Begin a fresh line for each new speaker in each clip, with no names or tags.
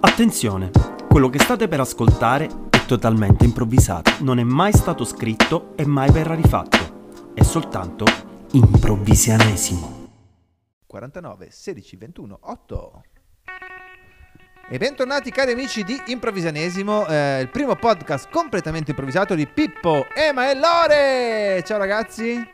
Attenzione, quello che state per ascoltare è totalmente improvvisato, non è mai stato scritto e mai verrà rifatto, è soltanto improvvisianesimo.
49 16 21 8 e bentornati cari amici di Improvvisanesimo, eh, il primo podcast completamente improvvisato di Pippo, Ema e Lore! Ciao ragazzi!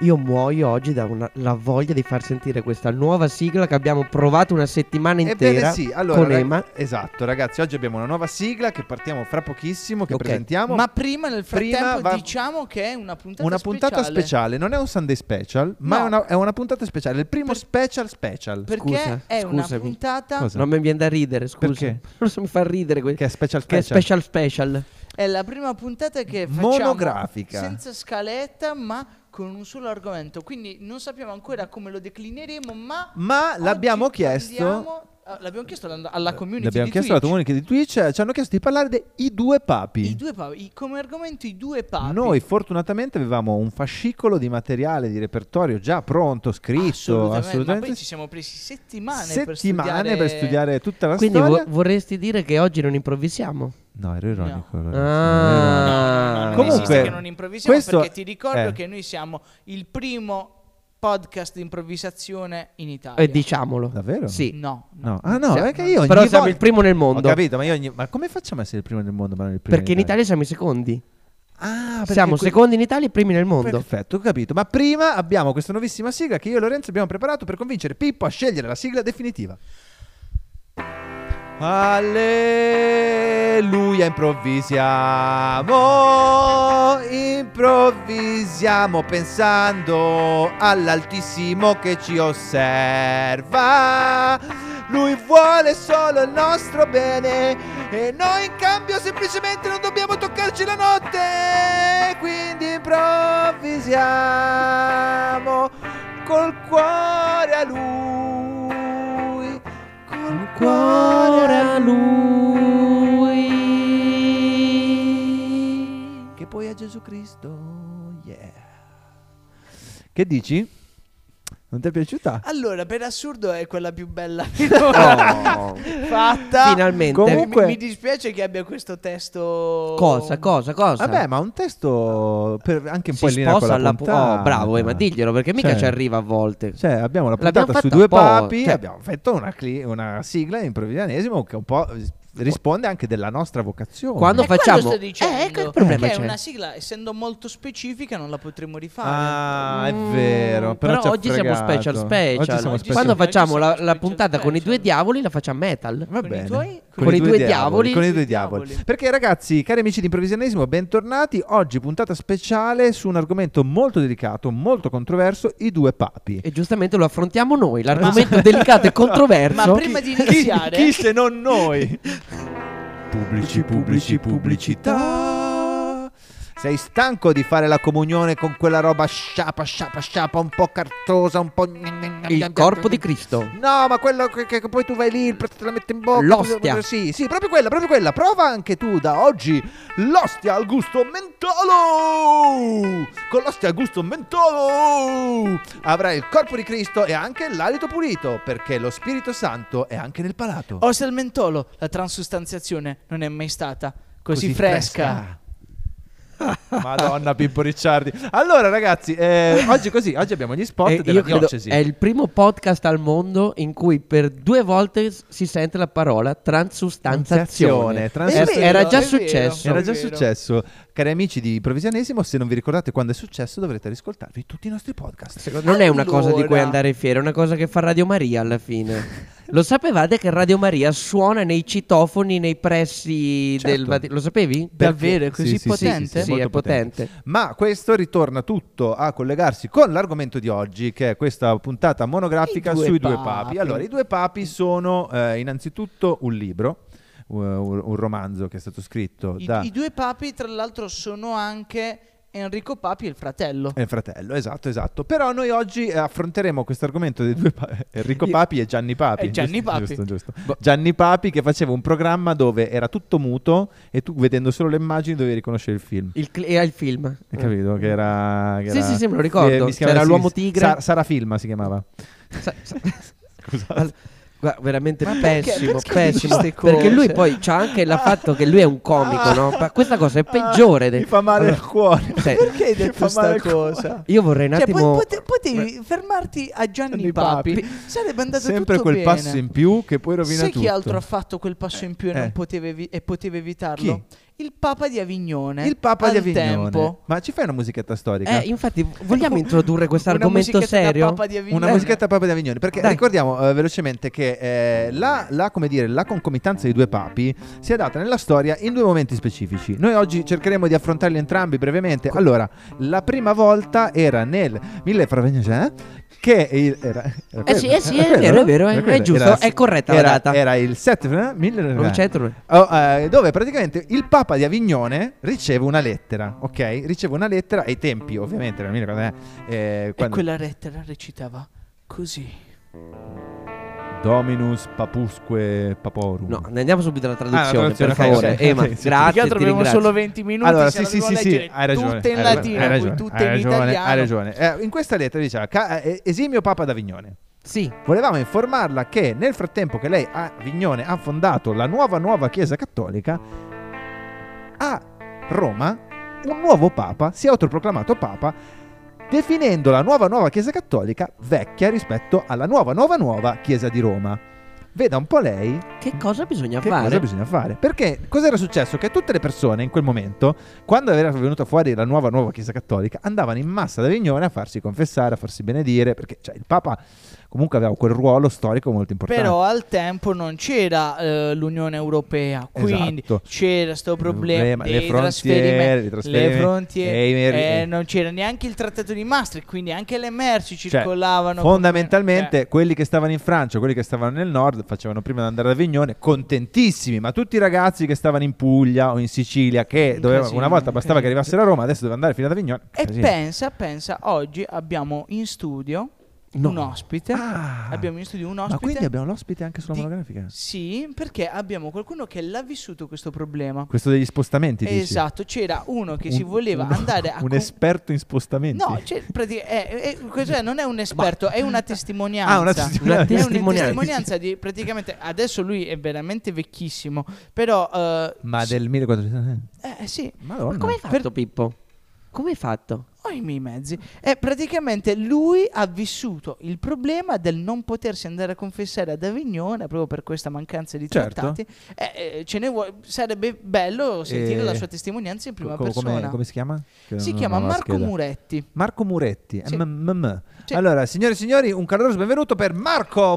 Io muoio oggi da una, la voglia di far sentire questa nuova sigla che abbiamo provato una settimana intera
Ebbene sì, allora...
con
rag-
Ema.
esatto ragazzi, oggi abbiamo una nuova sigla che partiamo fra pochissimo, che
Ok.
presentiamo.
Ma prima, nel
Diciamo Prima
frattempo,
va-
diciamo che è una puntata
una
speciale.
puntata speciale, non è un Sunday special, ma
No.
è, una, è una puntata speciale, il primo
Per-
special special.
Perché
Scusa,
è una
scusami.
puntata.
Cosa?
Non mi viene da ridere, scusa.
Perché?
Non so, mi fa ridere que-
Che è special
Che è
special.
special special.
È la prima puntata che facciamo
Monografica.
senza scaletta, ma con un solo argomento. Quindi non sappiamo ancora come lo declineremo, ma.
Ma
oggi
l'abbiamo chiesto...
parliamo- ah, L'abbiamo chiesto alla, alla community.
L'abbiamo
di
Certo. chiesto alla
Twitch.
comunità di Twitch, eh, ci hanno chiesto di parlare dei due papi.
I due papi, i- come argomento i due papi.
Noi fortunatamente avevamo un fascicolo di materiale di repertorio già pronto, scritto,
assolutamente,
assolutamente,
Ma poi ci siamo presi settimane,
settimane per studiare tutta la
Quindi
storia.
vo- vorresti dire che oggi non improvvisiamo?
No, ero ironico. allora,
Ah.
ero ironico.
No, no, no, non
Comunque,
esiste che non improvvisiamo
questo-
perché ti ricordo
eh.
che noi siamo il primo podcast di improvvisazione in Italia.
Eh, diciamolo.
Davvero?
Sì.
No, no.
No, ah no,
Sì.
è che io ogni
Però siamo
volta-
il primo nel mondo.
Ho capito, ma, io ogni- ma come facciamo a essere il primo nel mondo? Ma non il primo
Perché in Italia siamo i secondi.
Ah, perché
Siamo
que-
secondi in Italia e primi nel mondo.
Perfetto, ho capito. Ma prima abbiamo questa nuovissima sigla che io e Lorenzo abbiamo preparato per convincere Pippo a scegliere la sigla definitiva. Alleluia, improvvisiamo, improvvisiamo pensando all'altissimo che ci osserva. Lui vuole solo il nostro bene e noi in cambio semplicemente non dobbiamo toccarci la notte. Quindi improvvisiamo col cuore a lui, col cuore a lui, che poi è Gesù Cristo. Yeah. Che dici? Non ti è piaciuta?
Allora, per assurdo è quella più bella
Fatta.
Finalmente.
Comunque-
mi, mi dispiace che abbia questo testo.
Cosa, cosa, cosa?
Vabbè, ma un testo per- anche un
si
po' in linea con
sposa
la
alla
puntata.
Oh, bravo, eh, ma diglielo perché mica
Cioè,
ci arriva a volte.
Cioè, abbiamo la
L'abbiamo
puntata sui
fatta
due
un po',
papi,
cioè-
abbiamo fatto una, cli- una sigla in providanesimo che un po' eh, risponde anche della nostra vocazione.
Quando
È
fa- facciamo-
quello sto dicendo,
Eh, ecco il problema
perché
c'è.
una sigla, essendo molto specifica, non la potremmo rifare.
Ah, è
Mm,
vero, però, ci ha
oggi siamo
fregato.
special special.
Oggi siamo
Oggi
special.
Quando
Oggi
facciamo
siamo
la, la
special
puntata con i due
special.
diavoli la facciamo metal.
Va
Con i
bene.
tuoi-
con i due diavoli.
Con i due diavoli. Perché ragazzi, cari amici di Improvvisionismo, bentornati. Oggi puntata speciale su un argomento molto delicato, molto controverso, i due papi.
E giustamente lo affrontiamo noi, l'argomento delicato e controverso.
Ma prima di iniziare,
se non noi? Pubblici, pubblici, pubblicità. Sei stanco di fare la comunione con quella roba sciapa, sciapa, sciapa, un po' cartosa, un po'...
Il corpo di Cristo.
No, ma quello che, che- che poi tu vai lì, il prete te la mette in bocca.
L'ostia.
Sì, sì, proprio quella, proprio quella. Prova anche tu da oggi l'ostia al gusto mentolo. Con l'ostia al gusto mentolo avrai il corpo di Cristo e anche l'alito pulito, perché lo Spirito Santo è anche nel palato.
Ossa al mentolo, la transustanziazione non è mai stata così, fresca.
Madonna Pippo Ricciardi. Allora ragazzi, eh, oggi così, oggi abbiamo gli spot
E
della
Eh, io credo
diocesi.
è il primo podcast al mondo in cui per due volte s- si sente la parola
Transizione,
transustanziazione.
transizione.
Era- Era già
È vero, è
successo.
vero.
Era già successo, cari amici di Provisianesimo. Se non vi ricordate quando è successo, dovrete riscoltarvi tutti i nostri podcast.
Secondo- non è una cosa di cui
Allora.
andare fieri, è una cosa che fa Radio Maria alla fine. Lo sapevate che Radio Maria suona nei citofoni nei pressi
Certo.
del Vaticano? Lo sapevi?
Davvero? È
Sì,
così
sì, sì,
potente?
sì, sì,
Sì,
molto
è potente.
Ma questo ritorna tutto a collegarsi con l'argomento di oggi, che è questa puntata monografica
I due
sui due
papi.
papi. Allora, i due papi sono eh, innanzitutto un libro, u- un, un romanzo che è stato scritto
I,
da.
i due papi, tra l'altro, sono anche Enrico Papi e il fratello.
è il fratello, esatto, esatto. Però noi oggi eh, affronteremo questo argomento dei due pa- eh, Enrico
Io- Eh,
Papi e Gianni Papi.
E Gianni
giusto,
Papi.
Giusto, giusto. Gianni Papi che faceva un programma dove era tutto muto e tu vedendo solo le immagini dovevi riconoscere il film.
Il, cl- era il film.
Hai capito? Che era. che
Eh. Sì,
era-
sì, sì, me lo ricordo.
mi si chiamava-
C'era
si-
l'uomo tigre.
Sa- Sara Filma si chiamava.
Sa- sa-
Scusate.
Al-
Guarda, veramente
Ma perché-
pessimo,
perché
pessimo.
dici ste
Perché lui
cose?
poi c'ha anche il fatto che lui è un comico, no? Ma questa cosa è peggiore.
Ah,
del-
Mi fa male
Allora,
il cuore.
Eh,
Sì.
Perché hai
Mi
detto
fa male
sta
il cuore.
cosa?
Io
Eh,
vorrei un
Cioè,
attimo.
poi- pote- potevi fermarti a Gianni
Gianni
Papi.
Papi.
Sarebbe andato
Sempre
tutto
quel
bene.
passo in più che poi rovina
Sai
tutto.
chi altro ha fatto quel passo in più e,
Eh.
non poteva evi- e poteva evitarlo? Il Papa di
Eh.
Avignone.
Il Papa di
Al
Avignone.
Tempo. Ecco,
Ma ci fai una musichetta storica?
Eh, infatti, vogliamo introdurre questo
Una
argomento
musichetta da
serio?
Papa di Avignone.
Una musichetta Papa di Avignone, perché
Dai.
ricordiamo eh, velocemente che eh, la, la, come dire, la concomitanza dei due papi si è data nella storia in due momenti specifici. Noi oggi cercheremo di affrontarli entrambi brevemente. Allora, la prima volta era nel 1400 che il, era, era quello,
sì, eh sì,
era
è
quello, no?
vero, è vero,
Era
è
quello,
giusto,
era-
è corretta la
era-
data.
Era il 7 eh, 1900.
Non c'entra nulla.
Oh, eh, dove praticamente il Papa di Avignone riceve una lettera, ok? Riceve una lettera ai tempi, ovviamente, era 1400, eh,
E
quando-
quella lettera recitava così.
Dominus papusque paporum.
No, ne andiamo subito alla traduzione,
Ah, traduzione,
per
ok,
favore.
ok,
Ema,
ok, sì, sì.
Perché
grazie, ti
altro abbiamo
ringrazio.
solo 20 minuti.
Allora,
se
sì,
la
sì, sì,
dobbiamo
sì,
cioè, leggere
hai ragione.
Tutte in
hai
latino,
ragione, hai
poi
ragione,
tutte
hai
in
ragione,
italiano.
Hai ragione. Eh, in questa lettera diceva, "Ca- eh, esimio Papa d'Avignone,
Sì,
volevamo informarla che nel frattempo che lei a Avignone ha fondato la nuova nuova Chiesa Cattolica, a Roma un nuovo Papa si è autoproclamato Papa definendo la nuova nuova Chiesa Cattolica vecchia rispetto alla nuova nuova nuova Chiesa di Roma. Veda un po' lei
che cosa bisogna
Che
fare?
cosa bisogna fare? Perché cosa era successo? Che tutte le persone in quel momento, quando era venuta fuori la nuova nuova Chiesa Cattolica, andavano in massa ad Avignone a farsi confessare, a farsi benedire, perché cioè, il Papa comunque aveva quel ruolo storico molto importante.
Però al tempo non c'era eh, l'Unione Europea, quindi
Esatto.
c'era questo problema,
Problema, le
dei
frontiere,
trasferimenti,
i trasferimenti,
le frontiere,
e i merri-
eh, non c'era neanche il trattato di Maastricht, quindi anche le merci
Cioè,
circolavano. come-
fondamentalmente
cioè,
quelli che stavano in Francia, quelli che stavano nel nord, facevano prima di andare ad Avignone, contentissimi, ma tutti i ragazzi che stavano in Puglia o in Sicilia, che
Un
dovevano-
casino,
una volta bastava che
incredibile.
arrivassero a Roma, adesso dovevano andare fino ad Avignone.
e
Casino.
pensa, pensa, oggi abbiamo in studio
No.
un ospite.
Ah,
Abbiamo in studio un
ma quindi
ospite.
abbiamo l'ospite anche sulla
di-
monografica?
Sì, perché abbiamo qualcuno che l'ha vissuto questo problema.
Questo degli spostamenti, dici?
Esatto, c'era uno che si
Un-
voleva
un-
andare a
Un
con-
esperto in spostamenti.
No, cioè, prati- è- è- cos'è? non è un esperto, è una testimonianza.
Ah, una testimonianza.
È una
Testimonianza.
testimonianza di praticamente adesso lui è veramente vecchissimo, però eh,
Ma
s-
del 1400.
eh, sì,
Madonna.
Come hai fatto, Pippo? Come hai fatto?
ho i miei mezzi. E praticamente lui ha vissuto il problema del non potersi andare a confessare ad Avignone proprio per questa mancanza di
Certo.
trattati. Eh, eh, ce ne vuoi- sarebbe bello sentire
Eh,
la sua testimonianza in prima
Co- come-
persona.
come si chiama? Che
si
non-
chiama
non ho la
Marco
scheda.
Muretti.
Marco Muretti.
Sì.
MMM.
Sì.
Allora, signore e signori, un caloroso benvenuto per Marco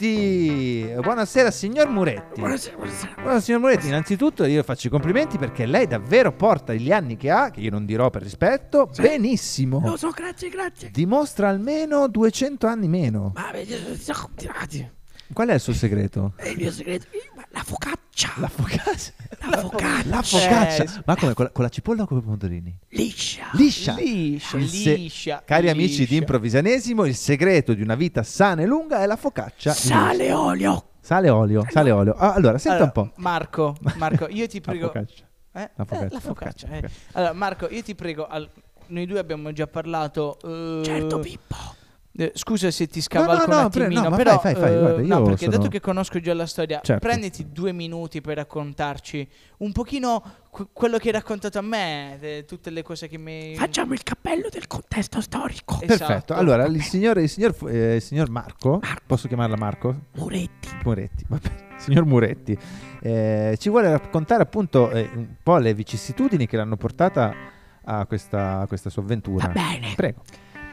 Muretti. Buonasera, signor Muretti. Buonasera, signor Muretti. Innanzitutto io faccio i complimenti perché lei davvero porta gli anni che ha, che io non dirò per rispetto, benissimo.
Lo so, grazie, grazie.
Dimostra almeno 200 anni meno.
Ma
eh,
vedi, sono tirati.
Qual è il suo segreto?
È il mio segreto. Eh, ma La focaccia.
La focaccia.
La focaccia.
La focaccia.
Ah. Eh, sì.
Ma come? Con la, con la cipolla o con i pomodorini?
Liscia.
Liscia.
Liscia,
Il se-
liscia,
Cari amici di
liscia.
improvvisanesimo, il segreto di una vita sana e lunga è la focaccia.
Sale, olio.
Sale e olio, sale e olio. Ah, allora, senta
Allora,
un po'.
Marco, Marco, io ti
La
prego.
focaccia.
Eh?
La focaccia.
Eh, la focaccia,
La
eh.
focaccia.
Allora, Marco, io ti prego. al- Noi due abbiamo già parlato. eh,
Certo, Pippo.
eh, scusa se ti scavalco
No, no,
un
no, pre-
attimino.
no, ma
però,
fai, fai, fai,
eh,
guarda,
no,
io
perché
sono-
dato che conosco già la storia,
Certo.
prenditi due minuti per raccontarci un pochino que- quello che hai raccontato a me, eh, tutte le cose che mi.
Facciamo il cappello del contesto storico.
Eh.
Perfetto.
esatto.
Allora, il signor, il signor, fu- eh, il signor Marco, posso chiamarla Marco?
Muretti.
Muretti, va bene. signor Muretti, eh, ci vuole raccontare appunto eh, un po' le vicissitudini che l'hanno portata a questa, a questa sua avventura.
Va bene.
Prego.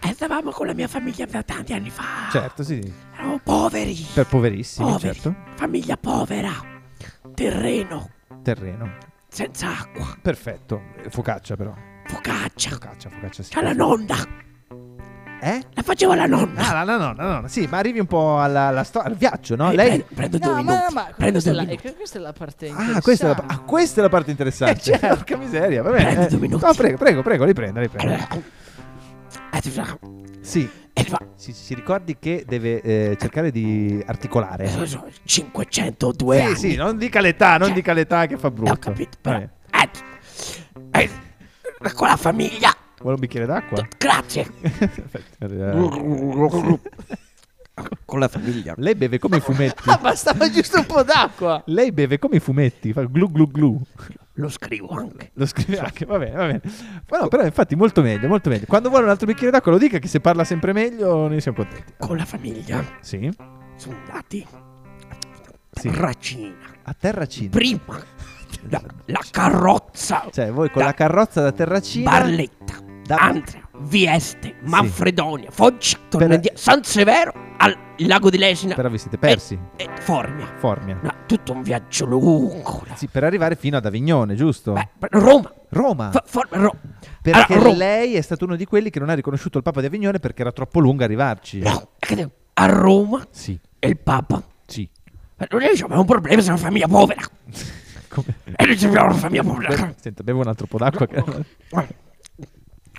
E stavamo con la mia famiglia da tanti anni fa.
Certo, sì, sì.
Eravamo poveri.
per poverissimi,
Ah. poveri.
certo.
Famiglia povera. Terreno.
Terreno.
Senza acqua.
Perfetto. Focaccia però.
Focaccia.
Focaccia, focaccia sì.
C'è Cioè, la nonna.
Eh?
La faceva la nonna.
Ah, no, no, no, no, no. Sì, ma arrivi un po' alla, alla storia, al viaggio, no?
Eh,
Lei
prendo- Prendo
No,
due
ma-
minuti.
ma
Prendo
questa,
due
è la,
minuti.
eh, questa è la parte
Ah, questa è la,
interessante.
ah, questa è la parte interessante.
Eh, certo.
Porca miseria, va bene.
Prendi due
Eh,
minuti.
No, prego, prego, prego, riprenda, riprenda.
Allora, eh, ti fa-
Sì,
eh, ti fa-
si, si ricordi che deve eh, cercare di articolare.
eh,
Sì,
so- 502 anni.
sì, non dica l'età, non
Cioè,
dica l'età che fa brutto.
Ho capito, però.
Vabbè,
Eh, eh, eh, con la famiglia.
vuole un bicchiere d'acqua?
Grazie.
Eh. Perfetto, eh,
con la famiglia.
Lei beve come i fumetti.
Ah, bastava giusto un po' d'acqua.
Lei beve come i fumetti, fa glu glu glu.
Lo scrivo anche.
Lo scrive anche, va bene, va bene. Ma no, però infatti molto meglio, molto meglio. Quando vuole un altro bicchiere d'acqua lo dica che se parla sempre meglio noi siamo contenti.
Con la famiglia
Sì?
sono andati
Sì.
a Terracina.
A Terracina.
Prima la, la carrozza
Cioè, voi con
Da-
la carrozza da Terracina
Barletta,
Da-
Andrea, Vieste, Manfredonia, Foggia, Tornadia,
Per-
San Severo, al Lago di Lesina
però vi siete persi.
e Formia.
Formia.
No, tutto un viaggio lungo. là.
Sì, per arrivare fino ad Avignone, giusto?
Beh, per- Roma.
Roma.
Fo- Formia, Ro-
Ah. Perché
Allora, Roma.
lei è stato uno di quelli che non ha riconosciuto il Papa di Avignone perché era troppo lungo arrivarci.
No, che- a Roma
Sì,
e il Papa.
sì.
Ma Noi abbiamo un problema, siamo una famiglia povera. Eh,
Come-
E noi siamo una famiglia povera.
Senta, bevo un altro po' d'acqua. che-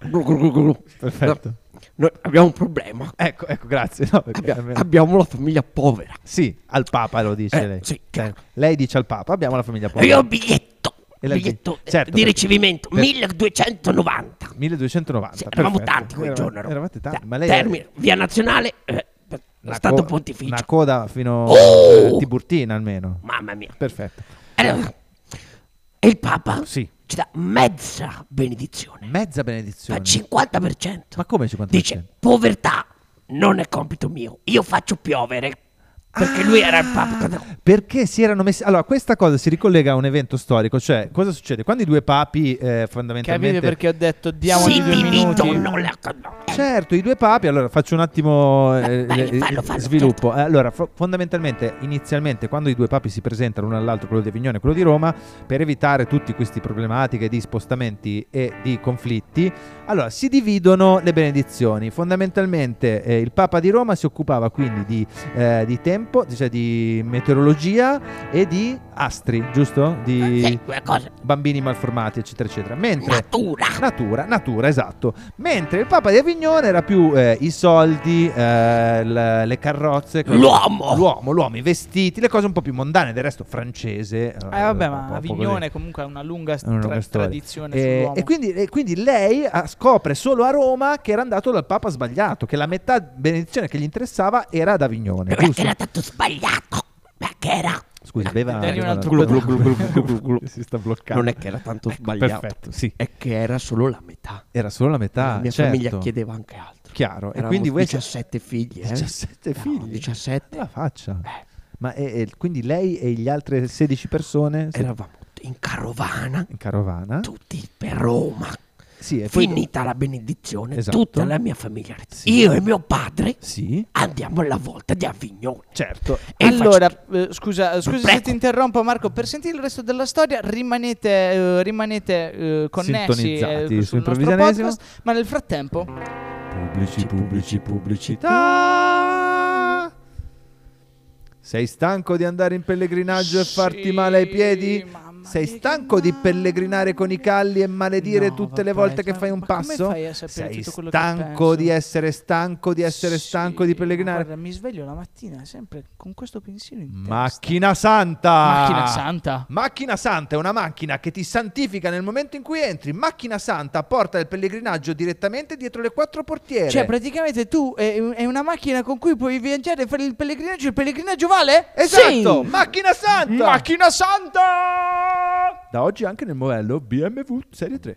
Glu, glu, glu, glu.
Perfetto.
Noi abbiamo un problema.
Ecco, ecco, grazie. No, perché
Abbia-
almeno-
abbiamo la famiglia povera.
Sì, al Papa lo dice
Eh,
lei.
sì,
Cioè,
chiaro.
lei dice al Papa, abbiamo la famiglia
E io ho il
povera.
biglietto.
E la-
biglietto eh,
certo,
di
per-
ricevimento
per-
1290.
1290.
Sì, eravamo
perfetto.
tanti quel
Eravate-
giorno.
Eravate tanti,
Da-
ma lei...
Termine, via nazionale, eh,
una
stato
co-
pontificio.
Una coda fino
Oh!
a Tiburtina almeno.
Mamma mia.
Perfetto.
Allora, e il Papa
Sì.
ci dà mezza benedizione,
Mezza
fa
benedizione.
50%.
Ma come 50%?
Dice, povertà non è compito mio, io faccio piovere. Perché lui era il
Ah,
Papa.
Perché si erano messi. Allora, questa cosa si ricollega a un evento storico. Cioè, cosa succede? Quando i due papi, eh,
Capite
fondamentalmente.
perché ho detto diamogli
Si
due minuti?
dividono la cosa.
Certo, i due papi. Allora, faccio un attimo eh,
Vai,
eh,
fallo, certo. fallo,
sviluppo. Eh, Allora, fo- fondamentalmente, inizialmente, quando i due papi si presentano l'uno all'altro, quello di Avignone e quello di Roma, per evitare tutte queste problematiche di spostamenti e di conflitti, allora si dividono le benedizioni. Fondamentalmente, eh, il papa di Roma si occupava quindi di, eh, di tempo, cioè di meteorologia e di astri, giusto? Di
Eh, Sì, quella cosa.
bambini malformati, eccetera, eccetera. Mentre
Natura.
Ah, natura, natura, esatto. Mentre il Papa di Avignone era più eh, i soldi, eh, l- le carrozze, cose-
L'uomo.
l'uomo, l'uomo, i vestiti, le cose un po' più mondane, del resto francese. Eh,
Eh vabbè,
un
ma
po'
Avignone
così.
comunque ha una lunga,
È una lunga
tra-
storia.
tradizione
Eh,
sull'uomo.
e, quindi, e quindi lei ah, scopre solo a Roma che era andato dal Papa sbagliato, che la metà benedizione che gli interessava era ad Avignone.
Perché
Giusto?
era tanto sbagliato. Perché era
Scusi, beva
Dagli un altro
beva-
po'
di- Glu, glu, glu, glu, glu, glu, glu.
Si sta bloccando.
Non è che era tanto sbagliato,
Ecco, Perfetto, sì.
è che era solo la metà.
Era solo la metà.
la mia
certo.
famiglia chiedeva anche altro.
Chiaro.
Eravamo
e quindi voi
17 figli, eh?
17
Eravamo
figli?
17.
La faccia.
Eh.
Ma e- e quindi lei e gli altre 16 persone se-
Eravamo in carovana,
in carovana?
tutti per Roma.
Sì, e poi-
Finita la benedizione,
Esatto.
tutta la mia famiglia.
Sì.
Io e mio padre
Sì,
andiamo alla volta di Avignone.
certo.
E
allora,
faccio-
eh, scusa, scusa se
Prego.
ti interrompo Marco, per sentire il resto della storia rimanete, eh, rimanete eh, connessi eh,
Sintonizzati su
sul nostro
Improvvisanesimo.
podcast, ma nel frattempo
Pubblici, pubblici, pubblicità. Sei stanco di andare in pellegrinaggio e
Sì,
farti male ai piedi?
mamma
Sei
mia,
stanco di
che
pellegrinare con i calli e maledire
No,
tutte le
vabbè,
volte che
ma-
fai un
ma come
passo?
fai a sapere
Sei
tutto quello che
stanco di
penso?
essere stanco di essere
Sì,
stanco di pellegrinare?
Guarda, mi sveglio la mattina sempre con questo pensiero in testa.
Macchina Santa!
Macchina santa.
Macchina Santa è una macchina che ti santifica nel momento in cui entri. Macchina Santa porta il pellegrinaggio direttamente dietro le quattro portiere.
Cioè, praticamente tu è, è una macchina con cui puoi viaggiare e fare il pellegrinaggio. Il pellegrinaggio vale?
esatto!
Sì.
Macchina Santa!
Macchina santa!
da oggi anche nel modello BMW Serie 3.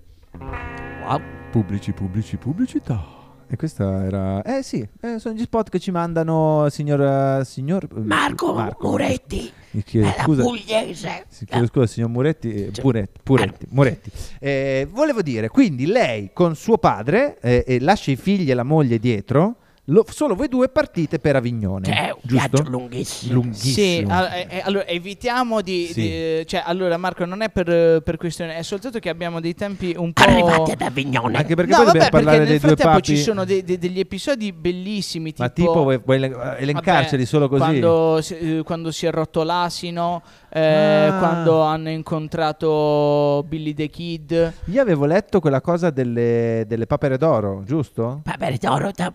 Wow.
Pubblici, pubblici, pubblicità. E questa era... Eh sì, eh, sono gli spot che ci mandano signor... eh, signor
Marco, Moretti
Mi chiedo
è la
scusa.
pugliese.
Sì, chiedo scusa, signor Muretti. eh,
Cioè,
Puretti, Puretti, Moretti. Eh, volevo dire, quindi lei con suo padre eh, e lascia i figli e la moglie dietro, lo- solo voi due partite per Avignone.
Cioè, è un
giusto?
viaggio lunghissimo.
Lunghissimo.
Sì, all- eh, eh, allora evitiamo di,
Sì.
di- Cioè, allora Marco, non è per, per questione, è soltanto che abbiamo dei tempi un po'.
Arrivati ad Avignone.
Anche perché
no,
poi dobbiamo
vabbè, perché
parlare
nel
dei due
frattempo
papi.
ci sono de- de- degli episodi bellissimi. Tipo,
Ma tipo, vuoi, vuoi elencarceli
Vabbè,
solo così?
Quando si, eh, quando si è rotto l'asino, eh,
Ah.
quando hanno incontrato Billy the Kid.
Io avevo letto quella cosa delle, delle papere d'oro, giusto?
Vabbè, Toro ti ha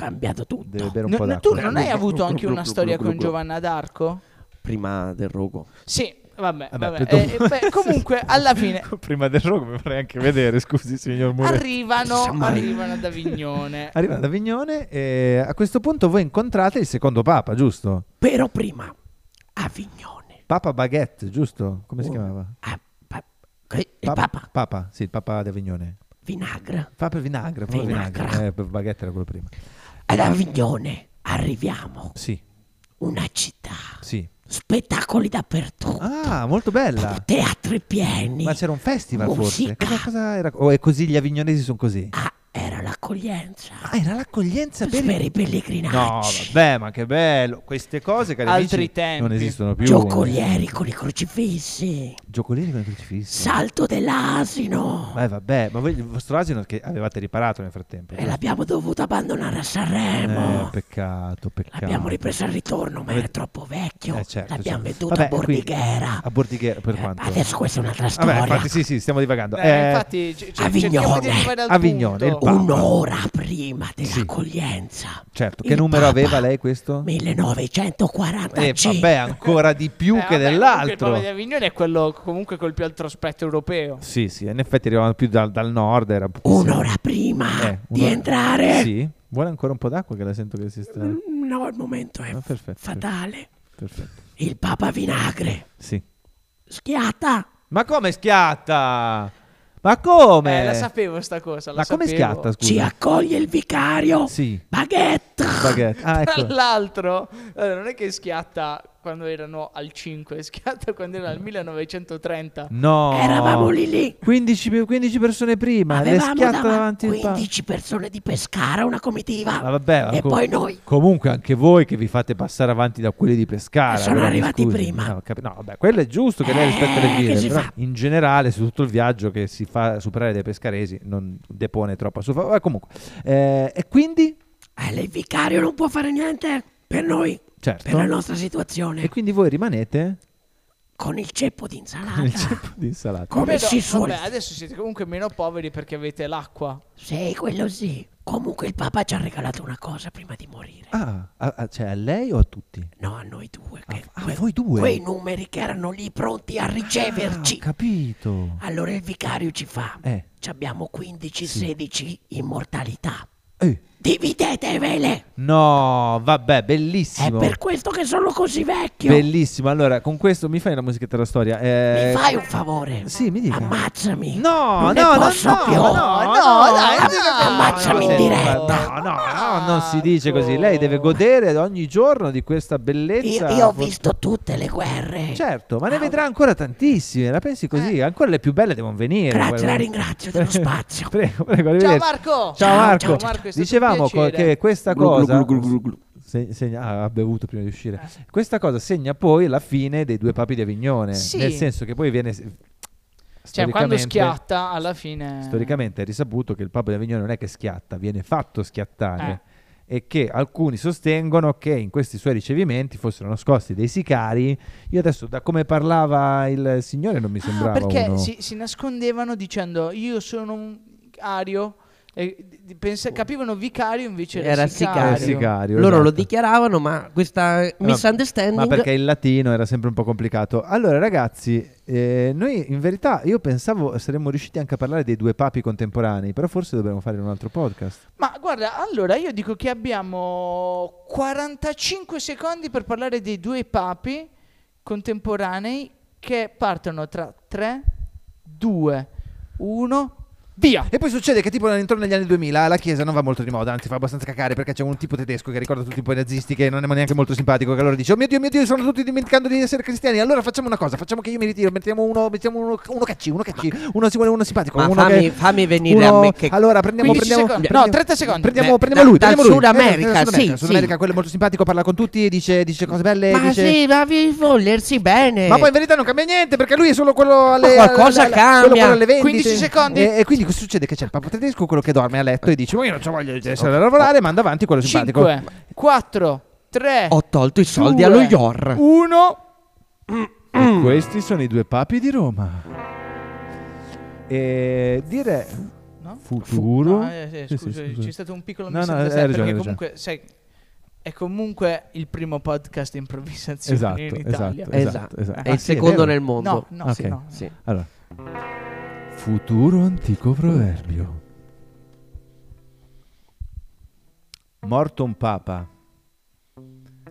cambiato
Deve
tutto.
bere un
No,
po'
no,
d'acqua.
tu non hai avuto anche una storia con Giovanna d'Arco?
Prima del rogo.
Sì, Vabbè,
Vabbè,
vabbè.
dopo-
Eh, eh, beh, comunque, alla fine
Prima del rogo mi vorrei anche vedere, scusi signor Moretti.
arrivano,
Chissà mai.
arrivano ad Avignone.
Arriva da Vignone e a questo punto voi incontrate il secondo papa, giusto?
Però prima, Avignone.
Papa Baguette, giusto? Come si
Oh.
chiamava?
Ah, pa- eh, il
Pa-
Papa
Papa, sì, il Papa di Avignone.
Vinagre.
Papa Vinagre, Papa
Vinagre.
Vinagre. Eh, Baguette era quello prima.
Ad Avignone arriviamo.
Sì,
Una città.
sì.
Spettacoli dappertutto.
Ah, molto bella.
Teatri pieni.
Ma c'era un festival forse?
Musica.
Cosa, cosa era? Oh, è così gli avignonesi sono così.
Ah, era l'accoglienza.
Ah, era l'accoglienza per
per
i...
i
No,
pellegrinaggi.
vabbè, ma che bello. Queste cose, cari
Altri
amici,
tempi.
non esistono più.
Giocolieri con i crocifissi.
Giocolieri con i crocifissi.
Salto dell'asino.
Ma vabbè, ma voi il vostro asino che avevate riparato nel frattempo. cioè?
E l'abbiamo dovuto abbandonare a Sanremo.
Eh, peccato, peccato.
L'abbiamo ripreso al ritorno, ma era troppo vecchio.
Eh, certo,
L'abbiamo
certo.
venduto
Vabbè,
a Bordighera.
quindi- a Bordighera, per
Eh,
quanto?
Adesso questa è un'altra storia.
Vabbè, infatti, sì, sì, stiamo divagando.
Eh,
Eh,
infatti, c- c-
Avignone.
cerchiamo di arrivare al
Avignone,
punto.
il Papa.
Un'ora prima dell'accoglienza.
Certo, che
Il
numero
Papa,
aveva lei questo?
1945.
Eh, vabbè, ancora di più
Eh,
che
vabbè, comunque Il
dell'altro.
Papa di Avignone è quello comunque col più alto aspetto europeo.
Sì, sì, in effetti arrivavano più dal, dal nord. Era
Un'ora prima
Eh,
di
un'ora-
entrare.
Sì, vuole ancora un po' d'acqua che la sento che si sta...
Mm, No, il momento è
Ah, perfetto,
fatale.
Perfetto,
Il Papa Vinagre.
sì.
Schiatta.
Ma come schiatta? Ma come?
Eh, la sapevo sta cosa. La
Ma come
sapevo.
schiatta,
Ci
scusa?
accoglie il vicario.
Sì,
Baguette.
baguette. Ah,
Tra
ecco.
l'altro, allora, non è che schiatta quando erano al 5, schiatta quando era al 1930.
No.
Eravamo lì lì.
15, pe- 15 persone prima, le
Avevamo
schiatta davanti
davanti
al pa-
15 persone di Pescara, una comitiva.
Ma vabbè, ma
e
com-
poi noi.
Comunque anche voi che vi fate passare avanti da quelli di Pescara.
Eh, Sono
allora mi
arrivati
scusi.
prima.
No, cap- no, vabbè, quello è giusto che lei rispetta le
Eh,
vie,
che si
però
fa?
in generale su tutto il viaggio che si fa superare dai pescaresi non depone troppa sua favore. Comunque, eh, e quindi?
Eh, lei, il vicario non può fare niente per noi,
Certo.
per la nostra situazione.
E quindi voi rimanete
Con il ceppo di
con
insalata.
il ceppo di insalata.
Ah, Come
Vedo-
si suol.
Vabbè, adesso siete comunque meno poveri perché avete l'acqua.
Sì, quello sì. Comunque il Papa ci ha regalato una cosa prima di morire.
Ah, a- a- cioè a lei o a tutti?
No, a noi due. Che
Ah, a voi due?
Quei numeri che erano lì pronti a riceverci.
Ah, ho capito.
allora il vicario ci fa.
Eh.
Ci abbiamo 15-16 immortalità.
Eh,
Dividetevele!
No, vabbè,
È
bellissimo.
Eh, per questo che sono così vecchio!
Bellissimo. Allora, con questo mi fai la musichetta della storia. Eh,
Mi fai un favore?
Sì, mi dica.
Ammazzami!
No,
Non ne
no, no,
posso
no,
più.
no, no, dai,
Am-
no,
ammazzami
no,
eh, in
no,
diretta!
No, no, no, non si dice così. Lei deve godere ogni giorno di questa bellezza.
Io, io ho visto tutte le guerre!
Certo, ma ne vedrà ancora tantissime. La pensi così? Ancora le più belle devono venire.
Eh. Grazie, la
Guarda-
ringrazio dello spazio!
Prego, prego,
Ciao
arrivederci.
Marco!
Ciao Marco.
Ciao Marco, è stato
Dicevamo
un
co-
piacere.
che questa
Glu, glu,
cosa
glu, glu, glu, glu.
se- segna- ah, ha bevuto prima di uscire. Questa cosa segna poi la fine dei due papi di Avignone,
Sì.
nel senso che poi viene s-
Cioè, quando
storicamente-
schiatta, alla fine...
Storicamente è risaputo che il Papa di Avignone non è che schiatta, viene fatto schiattare.
Eh.
E che alcuni sostengono che in questi suoi ricevimenti fossero nascosti dei sicari. Io adesso, da come parlava il signore, non mi
Ah,
sembrava
perché
uno-
si, si nascondevano dicendo io sono un ario e d- d- pensa- capivano vicario invece Cioè, era,
Era
Eh,
sicario.
sicario,
Loro lo
esatto.
dichiaravano, ma questa
Eh, Ma
misunderstanding.
perché il latino era sempre un po' complicato. Allora, ragazzi, eh, noi in verità io pensavo saremmo riusciti anche a parlare dei due papi contemporanei, però forse dobbiamo fare un altro podcast.
Ma guarda, allora io dico che abbiamo 45 secondi per parlare dei due papi contemporanei che partono tra 3, 2, 1, via!
E poi succede che tipo intorno agli anni 2000 la Chiesa non va molto di moda, anzi fa abbastanza cacare perché c'è un tipo tedesco che ricorda tutti un po' i nazisti che non è neanche molto simpatico, che allora dice "Oh mio Dio, mio Dio, stanno tutti dimenticando di essere cristiani". Allora facciamo una cosa, facciamo che io mi ritiro, mettiamo uno, mettiamo uno, uno cacci, uno cacci, uno si vuole uno simpatico,
Ma
uno
fammi-
che-
fammi venire a
uno-
me che-
Allora prendiamo
15
prendiamo,
secondi.
prendiamo-
No, 30 secondi.
Prendiamo,
Beh,
prendiamo
da-
lui,
dal
prendiamo lui.
Sud America,
dal Sud America,
sì,
Sud
sì.
America, quello è molto simpatico, parla con tutti, dice, dice cose belle,
Ma
dice
sì, ma vi volersi bene.
ma poi in verità non cambia niente perché lui è solo quello alle
Eh. Ma qualcosa
alle- alle-
cambia.
quello- quello alle vendite.
15 secondi.
E, e quindi cosa succede? Che c'è il papa tedesco, quello che dorme a letto e dice: Ma io non ci voglio di essere a lavorare, manda avanti quello simpatico.
5, 4, 3,
Ho tolto i soldi allo IOR.
1,
E questi sono i due papi di Roma. E dire
No?
futuro.
No, eh, sì,
Sì,
scusa,
sì, scusa.
c'è stato un piccolo
No, no, hai
misunderstanding
ragione,
perché
hai
comunque sai è comunque il primo podcast improvvisazione
Esatto,
in Italia.
Esatto.
esatto.
È
Ah,
il
sì, è
secondo
vero.
nel mondo.
No, no, sì,
Ok.
no.
Sì.
Allora. Futuro antico proverbio. Morto un papa,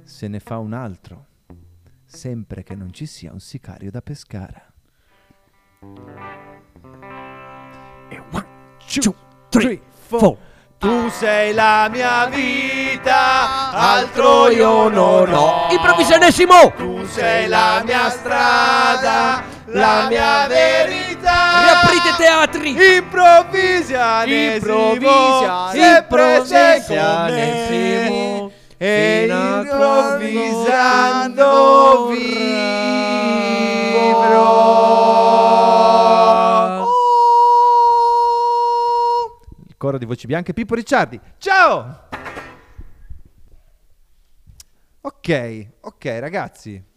se ne fa un altro, sempre che non ci sia un sicario da pescara.
Two, three, four.
Tu sei la mia vita,
altro io non ho. Improvvisionissimo!
Tu sei la mia strada, la mia verità.
Riaprite i teatri!
Improvvisanesimo,
Improvvisa-
sempre sei con
Improvvisanesimo,
me e
fino a
improvvisando
quando
vivrò. Il coro di voci bianche Pippo Ricciardi. Ciao! Ok, ok ragazzi.